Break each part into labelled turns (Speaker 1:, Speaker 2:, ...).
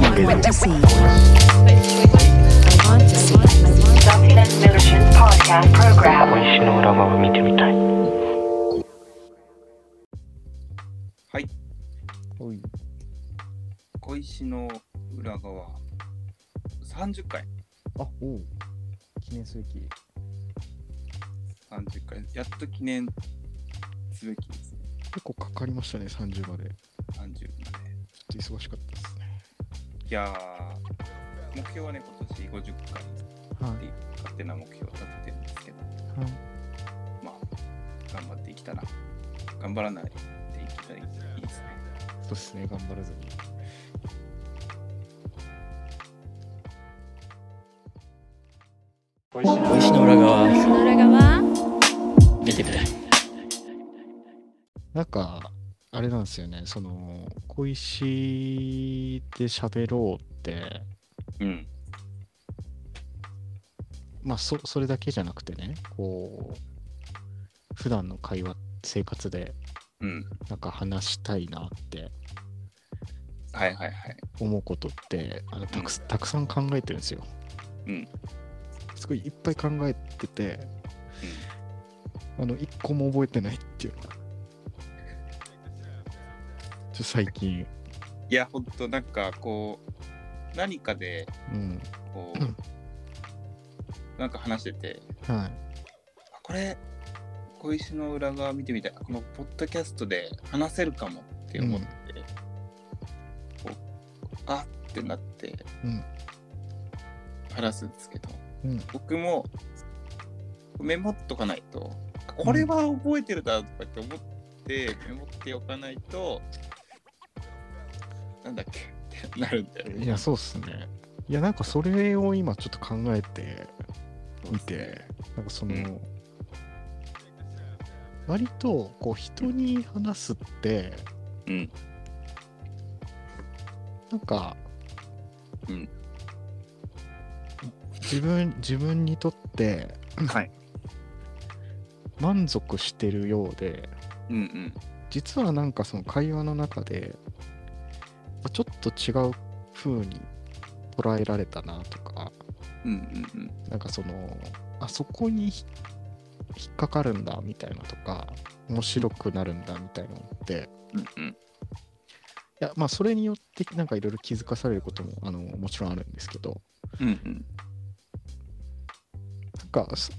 Speaker 1: see. I want to see. I want to
Speaker 2: Document Millicent Podcast Program.
Speaker 3: 小石の裏側見てみたい
Speaker 4: おい
Speaker 5: 小石の裏側30回
Speaker 4: あおう記念すべき
Speaker 5: 30回やっと記念すべきですね
Speaker 4: 結構かかりましたね30までちょ
Speaker 5: 30まで
Speaker 4: っと忙しかったですね
Speaker 5: いやー目標はね今年50回
Speaker 4: は
Speaker 5: っていう勝手な目標を立ててるんですけど
Speaker 4: い、はい、
Speaker 5: まあ頑張っていきたら頑張らないでいきたらいいですね
Speaker 4: そうですね頑張らずに
Speaker 6: 小石の裏側見てみたい
Speaker 4: なんかあれなんですよねその小石で喋ろうって
Speaker 5: うん
Speaker 4: まあそそれだけじゃなくてねこう普段の会話生活で
Speaker 5: うん
Speaker 4: なんか話したいなって
Speaker 5: はいはいはい
Speaker 4: 思うことってあのたくさんたくさん考えてるんですよ。
Speaker 5: うん
Speaker 4: すごいいっぱい考えてて、あの一個も覚えてないっていうのがちょっと最近、
Speaker 5: いやほんとなんかこう何かで
Speaker 4: うん
Speaker 5: こう、
Speaker 4: うん
Speaker 5: なんか話してて
Speaker 4: はい、
Speaker 5: あこれ小石の裏側見てみたいこのポッドキャストで話せるかもって思って、こうあってなって
Speaker 4: うん
Speaker 5: 話すんですけど、
Speaker 4: うん
Speaker 5: 僕もメモっとかないとあこれは覚えてるだとかって思ってメモっておかないとなんだっけってなるんだよね。
Speaker 4: いやそうっすね。いやなんかそれを今ちょっと考えてみて、なんかその、
Speaker 5: うん
Speaker 4: 割とこう人に話すって、
Speaker 5: うん
Speaker 4: なんか、
Speaker 5: うん
Speaker 4: 自分自分にとって
Speaker 5: はい
Speaker 4: 満足してるようで
Speaker 5: うんうん
Speaker 4: 実はなんかその会話の中であちょっと違う風に捉えられたなとか
Speaker 5: うんうんうん
Speaker 4: なんかそのあそこにひ引っかかるんだみたいなとか面白くなるんだみたいなのって
Speaker 5: うんうん
Speaker 4: いやまあそれによってなんかいろいろ気づかされることもあのもちろんあるんですけど
Speaker 5: うんうん
Speaker 4: なんかす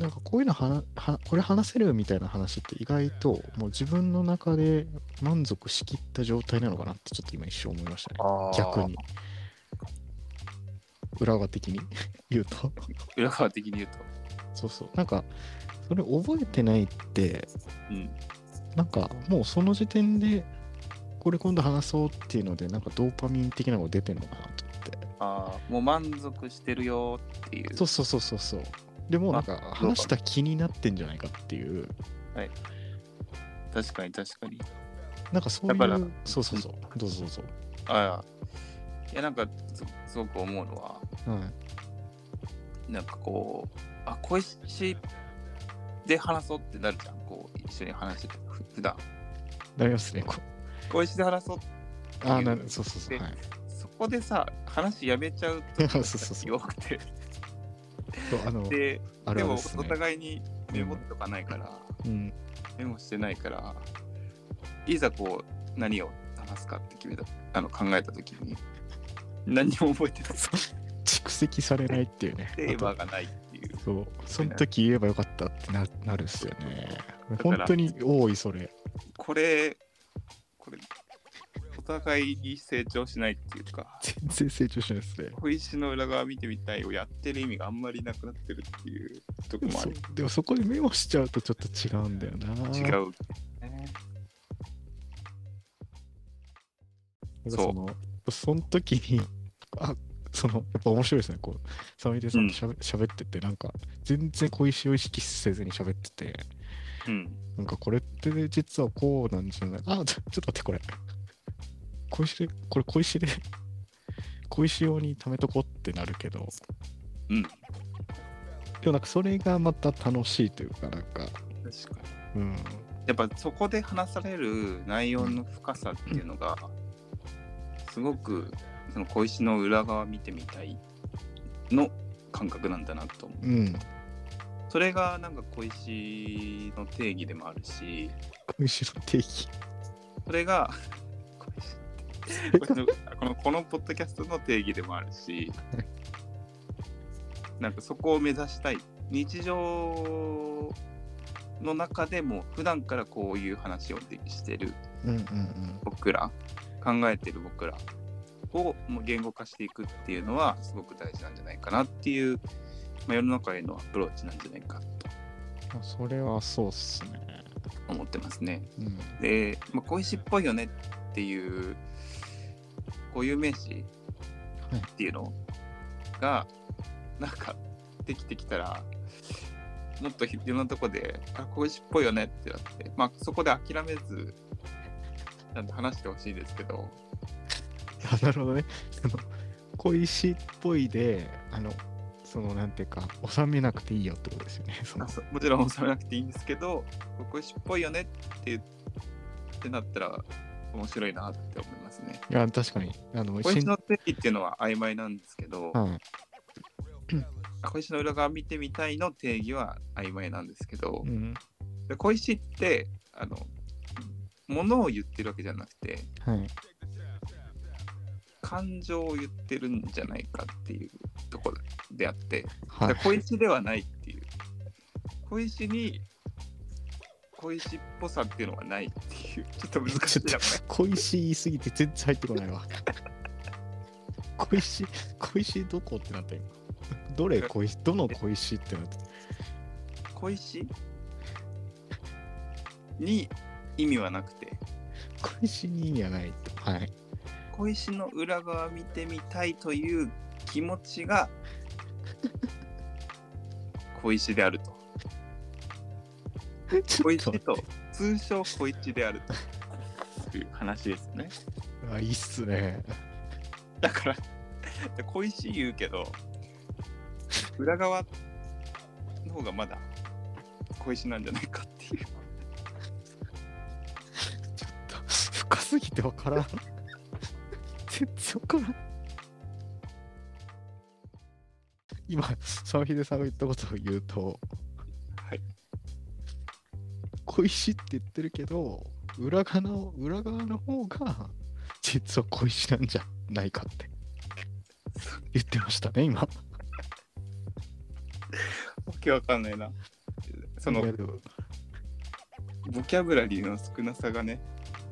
Speaker 4: なんかこういうのはなはこれ話せるみたいな話って意外ともう自分の中で満足しきった状態なのかなってちょっと今一瞬思いましたね逆に裏側的に 言うと
Speaker 5: 裏側的に言うと。
Speaker 4: そうそうなんかそれ覚えてないって
Speaker 5: うん
Speaker 4: なんかもうその時点でこれ今度話そうっていうのでなんかドーパミン的なのが出てんのかなと思って
Speaker 5: ああ、もう満足してるよっていう。
Speaker 4: そうそうそうそうそう。でもうなんか
Speaker 5: あ
Speaker 4: 話した気になってんじゃないかっていう、
Speaker 5: 確かに確かに。
Speaker 4: なんかそうい
Speaker 5: やっぱな
Speaker 4: う、そうそうそう、どうぞどうぞ。
Speaker 5: ああ。いや、なんかす、すごく思うのは、
Speaker 4: は
Speaker 5: なんかこう、あ、小石で話そうってなるじゃん。こう、一緒に話してて、ふ普段。
Speaker 4: い。なりますね。こ
Speaker 5: 小石で話そう。
Speaker 4: あーなる、そうそうそう。
Speaker 5: で
Speaker 4: はい、
Speaker 5: そこでさ、話やめちゃうと
Speaker 4: そうそうそう
Speaker 5: よくて。
Speaker 4: そうあの、
Speaker 5: で、
Speaker 4: あれ
Speaker 5: で
Speaker 4: は
Speaker 5: も
Speaker 4: で、す
Speaker 5: お
Speaker 4: ね。
Speaker 5: 互いにメモっとかないから、
Speaker 4: うん、
Speaker 5: メモしてないから、いざこう、何を話すかって決めた、あの、考えたときに、何も覚えてない。
Speaker 4: 蓄積されないっていうね。
Speaker 5: テー
Speaker 4: あ
Speaker 5: マがないっていう
Speaker 4: と。そう、その時言えばよかったってななるっすよね。本当に多い、それ。
Speaker 5: これ、これ、お互いに成長しないっていうか、
Speaker 4: 全然成長しないですね。
Speaker 5: 小石の裏側見てみたいをやってる意味があんまりなくなってるっていうとこもあ
Speaker 4: そう
Speaker 5: る。
Speaker 4: でもそこでメモしちゃうとちょっと違うんだよな。
Speaker 5: 違
Speaker 4: なんか
Speaker 5: う。
Speaker 4: そのその時に、あその、やっぱ面白いですね。こう、サミデさんとしゃべ,、ってて、なんか、全然小石を意識せずに喋ってて、
Speaker 5: うん。
Speaker 4: なんかこれって実はこうなんじゃないあ、ちょちょっと待って、これ。小石で、これ小石で、小石用に貯めとこうってなるけど、
Speaker 5: うん
Speaker 4: でもなんかそれがまた楽しいというか、なんか、
Speaker 5: 確かに。
Speaker 4: うん、
Speaker 5: やっぱそこで話される内容の深さっていうのが、すごくその小石の裏側見てみたいの感覚なんだなと思う
Speaker 4: うん。
Speaker 5: それがなんか小石の定義でもあるし
Speaker 4: 小石の定義。
Speaker 5: それが小石小石のこのこのポッドキャストの定義でもあるしなんかそこを目指したい日常の中でも普段からこういう話をでしてる
Speaker 4: うんうんうん。
Speaker 5: 僕ら考えてる僕らをもう言語化していくっていうのはすごく大事なんじゃないかなっていう、まあ、世の中へのアプローチなんじゃないか
Speaker 4: まあそれはそうっすね。
Speaker 5: と思ってますね。
Speaker 4: うん。
Speaker 5: で、まあ、小石っぽいよねっていう固有名詞
Speaker 4: はい
Speaker 5: っていうのがなんかできてきたらもっといろんなとこで「あ小石っぽいよね」ってなって、まあ、そこで諦めずちゃんと話してほしいですけど。
Speaker 4: あなるほどね。 その小石っぽいで、あの、そのなんていうか、収めなくていいよってことですよね。 その
Speaker 5: あそう もちろん収めなくていいんですけど、これしっぽいよねって言ってなったら面白いなって思いますね。
Speaker 4: いや、確かに。あの、
Speaker 5: 小石
Speaker 4: しん
Speaker 5: の定義っていうのは曖昧なんですけど、
Speaker 4: はい。
Speaker 5: 小石の裏側見てみたいの定義は曖昧なんですけど
Speaker 4: う、ん。
Speaker 5: で小石って、あの、ものを言ってるわけじゃなくて、
Speaker 4: はい。
Speaker 5: 感情を言ってるんじゃないかっていうところであって、
Speaker 4: は
Speaker 5: だ
Speaker 4: い
Speaker 5: から。小石ではないっていう。小石に小石っぽさっていうのはないっていう、ちょっと難し
Speaker 4: ち
Speaker 5: い
Speaker 4: ょっと
Speaker 5: な。これ
Speaker 4: 小石言いすぎて全然入ってこないわ。 小石、小石どこってなった今。どれ小石、どの小石ってなった。
Speaker 5: 小石に意味はなくて、
Speaker 4: 小石に意味はないと。はい。
Speaker 5: 小石の裏側見てみたいという気持ちが小石であると。
Speaker 4: ち
Speaker 5: 小
Speaker 4: ょっ
Speaker 5: 石
Speaker 4: と
Speaker 5: と通称小石であるという話ですね。
Speaker 4: あ、いいっすね。
Speaker 5: だから、小石言うけど、裏側の方がまだ小石なんじゃないかっていう。
Speaker 4: ちょっと深すぎてわからん。全然わからん。今、沢秀さんが言ったことを言うと、
Speaker 5: はい。
Speaker 4: 小石って言ってるけど、裏側の裏側の方が、実は小石なんじゃないかって言ってましたね、今。
Speaker 5: わけわかんないな。その
Speaker 4: いやでも
Speaker 5: ボキャブラリーの少なさがね、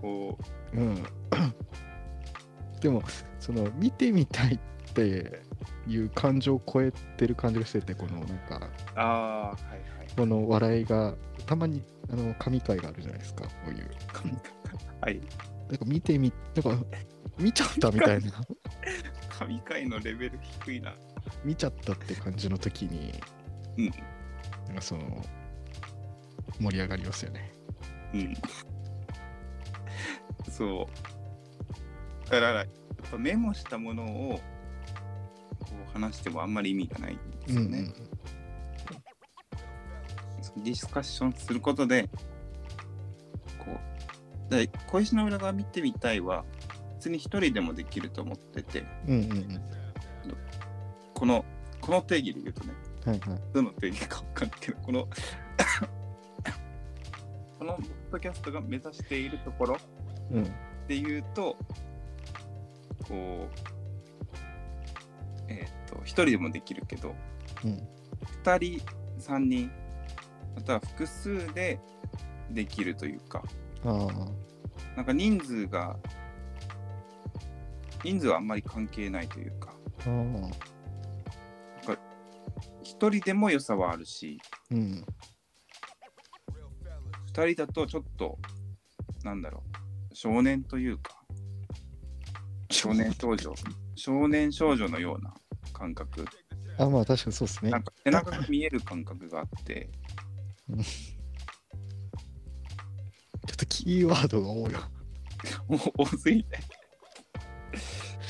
Speaker 5: こう、
Speaker 4: うん。 でも、その、見てみたいっていう感情を超えてる感じがしてて、この、なんか、
Speaker 5: ああ、はいはい。
Speaker 4: この笑いがたまにあの神回があるじゃないですかこういう
Speaker 5: 神回。はい。
Speaker 4: なんか見てみなんか見ちゃったみたいな
Speaker 5: 神回のレベル低いな。
Speaker 4: 見ちゃったって感じの時に
Speaker 5: うん。
Speaker 4: なんかその盛り上がりますよね
Speaker 5: うん。そう。だから、やっぱメモしたものを、こう話してもあんまり意味がないんですよね。そのディスカッションすることで、こう、で小石の裏側見てみたいは、別に一人でもできると思ってて、
Speaker 4: うんうんうん
Speaker 5: この、この定義で言うとね、
Speaker 4: うんはいはい
Speaker 5: どの定義か分かんないけど、この、このポッドキャストが目指しているところ
Speaker 4: うん
Speaker 5: で言うと、こう、えっ、と、一人でもできるけど、
Speaker 4: うん
Speaker 5: 二人、三人、または複数でできるというか、
Speaker 4: あ
Speaker 5: なんか人数が、人数はあんまり関係ないというか、
Speaker 4: あああ
Speaker 5: 一人でも良さはあるし、
Speaker 4: うん
Speaker 5: 2人だとちょっとなんだろう少年というか少年少 女少年少女のような感覚
Speaker 4: あまあ確かにそうですね
Speaker 5: なんか背中が見える感覚があって
Speaker 4: ちょっとキーワードが多いわ
Speaker 5: もう多すぎて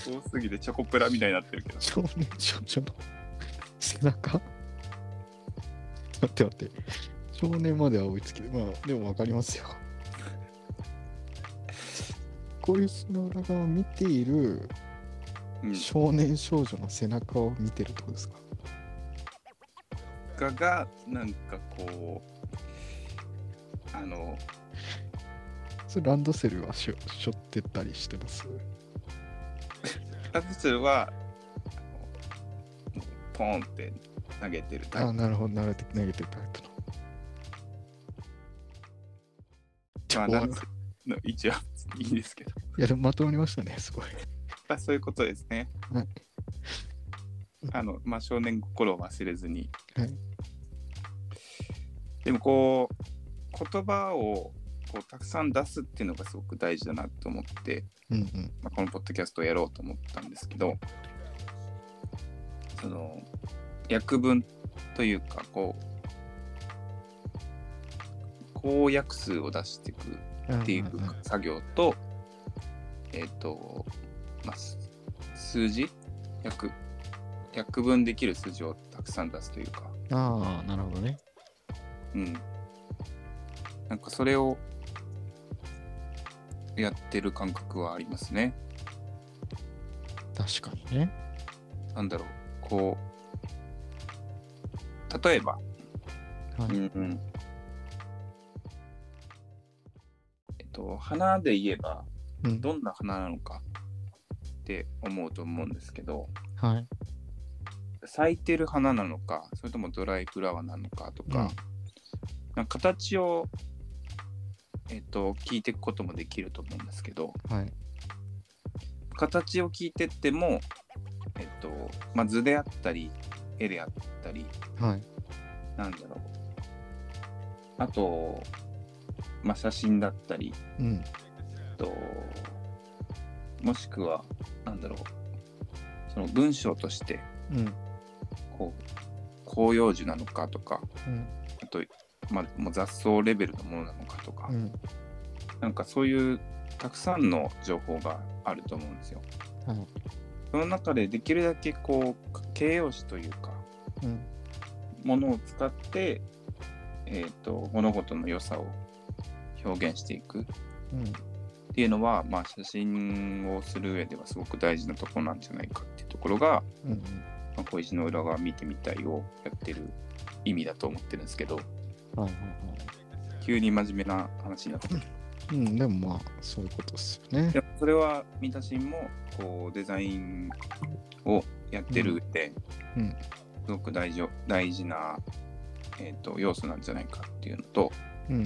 Speaker 5: 多すぎてチョコプラみたいになってるけど
Speaker 4: 少年少女の背中待って待って少年までは追いつきまあでも分かりま すよ小石の裏側を見ている
Speaker 5: うん
Speaker 4: 少年少女の背中を見てるってことですか
Speaker 5: かがなんかこうあの
Speaker 4: それランドセルはしょしょってたりしてます
Speaker 5: ラブスルはあのもうポーンって投げてるタイ
Speaker 4: あ
Speaker 5: プ
Speaker 4: なるほど投げて投げてるタイプの
Speaker 5: まあ
Speaker 4: でも
Speaker 5: ラブス ルの位置はいいんですけど、
Speaker 4: いやでもまとまりましたねすごい
Speaker 5: まあ、そういうことですね
Speaker 4: はい
Speaker 5: あのまあ少年心を忘れずに、
Speaker 4: はい
Speaker 5: でもこう言葉をこうたくさん出すっていうのがすごく大事だなと思って
Speaker 4: うんうん
Speaker 5: まあ、このポッドキャストをやろうと思ったんですけどその訳文というかこう公約数を出していくっていう
Speaker 4: うんうんうん
Speaker 5: 作業と、えっ、と、まあ、す数字訳訳文できる数字をたくさん出すというか、
Speaker 4: ああなるほどね
Speaker 5: うん、なんかそれをやってる感覚はありますね。
Speaker 4: 確かにね
Speaker 5: なんだろう、こう、例えば、
Speaker 4: はい
Speaker 5: うんうんえっと、花で言えば、
Speaker 4: うん
Speaker 5: どんな花なのかって思うと思うんですけど、
Speaker 4: はい
Speaker 5: 咲いてる花なのか、それともドライフラワーなのかとか、
Speaker 4: うん
Speaker 5: なんか形を、えっと、聞いていくこともできると思うんですけど、
Speaker 4: はい
Speaker 5: 形を聞いてっても、えっとまあ、図であったり絵であったり
Speaker 4: はい
Speaker 5: なんだろうあと、まあ、写真だったり
Speaker 4: うん
Speaker 5: あともしくはなんだろうその文章として
Speaker 4: うん
Speaker 5: こう広葉樹なのかとか
Speaker 4: うん
Speaker 5: あと、まあ、もう雑草レベルのものなのかとか、
Speaker 4: うん
Speaker 5: なんかそういうたくさんの情報があると思うんですよ。
Speaker 4: はい
Speaker 5: その中でできるだけこう形容詞というか
Speaker 4: うん
Speaker 5: ものを使って、えー、と物事の良さを表現していくっ
Speaker 4: うん
Speaker 5: ていうのは、まあ、写真をする上ではすごく大事なところなんじゃないかっていうところが、
Speaker 4: うんうん
Speaker 5: まあ、小石の裏側見てみたいをやってる意味だと思ってるんですけど
Speaker 4: はいはいは
Speaker 5: 急に真面目な話になってる
Speaker 4: いうんでもまあそういうことっすよね
Speaker 5: でもそれは三田新もこうデザインをやってる上で、
Speaker 4: うんうん
Speaker 5: すごく大事大事な、えー、と要素なんじゃないかっていうのと、
Speaker 4: うん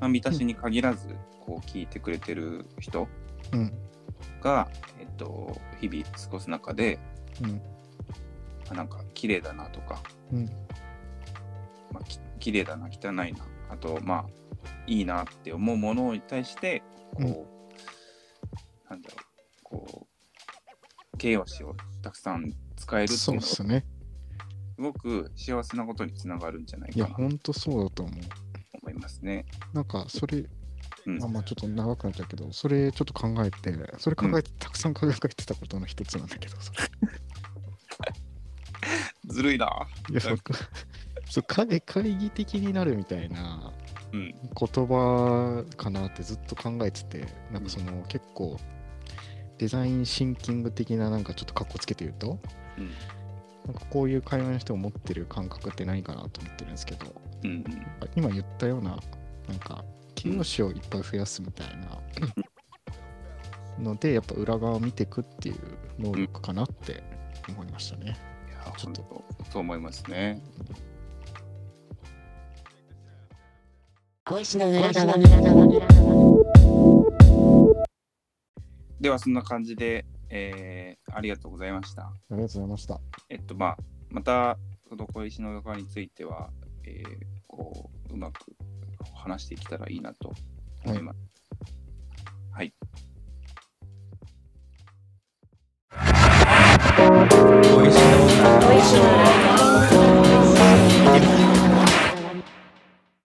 Speaker 5: まあ、見たしに限らずこう聞いてくれてる人
Speaker 4: うん
Speaker 5: が、えっと、日々過ごす中で
Speaker 4: うん
Speaker 5: あなんか綺麗だなとか、
Speaker 4: うん
Speaker 5: まあ、き綺麗だな汚いなあとまあいいなって思うものに対してこう、
Speaker 4: うん
Speaker 5: なんだろうこう形容詞をたくさん使えるって
Speaker 4: そ
Speaker 5: いううの
Speaker 4: っ
Speaker 5: がす
Speaker 4: すね
Speaker 5: ごく幸せなことにつながるんじゃない
Speaker 4: い
Speaker 5: か
Speaker 4: や
Speaker 5: なと
Speaker 4: ほんとそうだと思う
Speaker 5: 思いますね。
Speaker 4: なんかそれ
Speaker 5: うん
Speaker 4: あまあちょっと長くなっちゃうけど、それちょっと考えて、それ考えて、たくさん考えてたことの一つなんだけど、それ
Speaker 5: ずるいな。
Speaker 4: いやそうそう会会議的になるみたいな
Speaker 5: うん
Speaker 4: 言葉かなってずっと考えてて、なんかその、結構デザインシンキング的ななんかちょっとかっこつけて言うと、
Speaker 5: うん
Speaker 4: なんかこういう会話の人を持ってる感覚って何かなと思ってるんですけど、
Speaker 5: うん
Speaker 4: 今言ったようななんか形容詞をいっぱい増やすみたいなのでやっぱ裏側を見ていくっていう能力かなって思いましたね。
Speaker 5: いや
Speaker 4: ちょっと
Speaker 5: 本当そう思いますね。
Speaker 1: 小石の裏側。
Speaker 5: ではそんな感じで、えーありがとうございました。
Speaker 4: ありがとうございました。
Speaker 5: えっとまあまたその小石の側については、えーこううまく話していけたらいいなと思います。はい、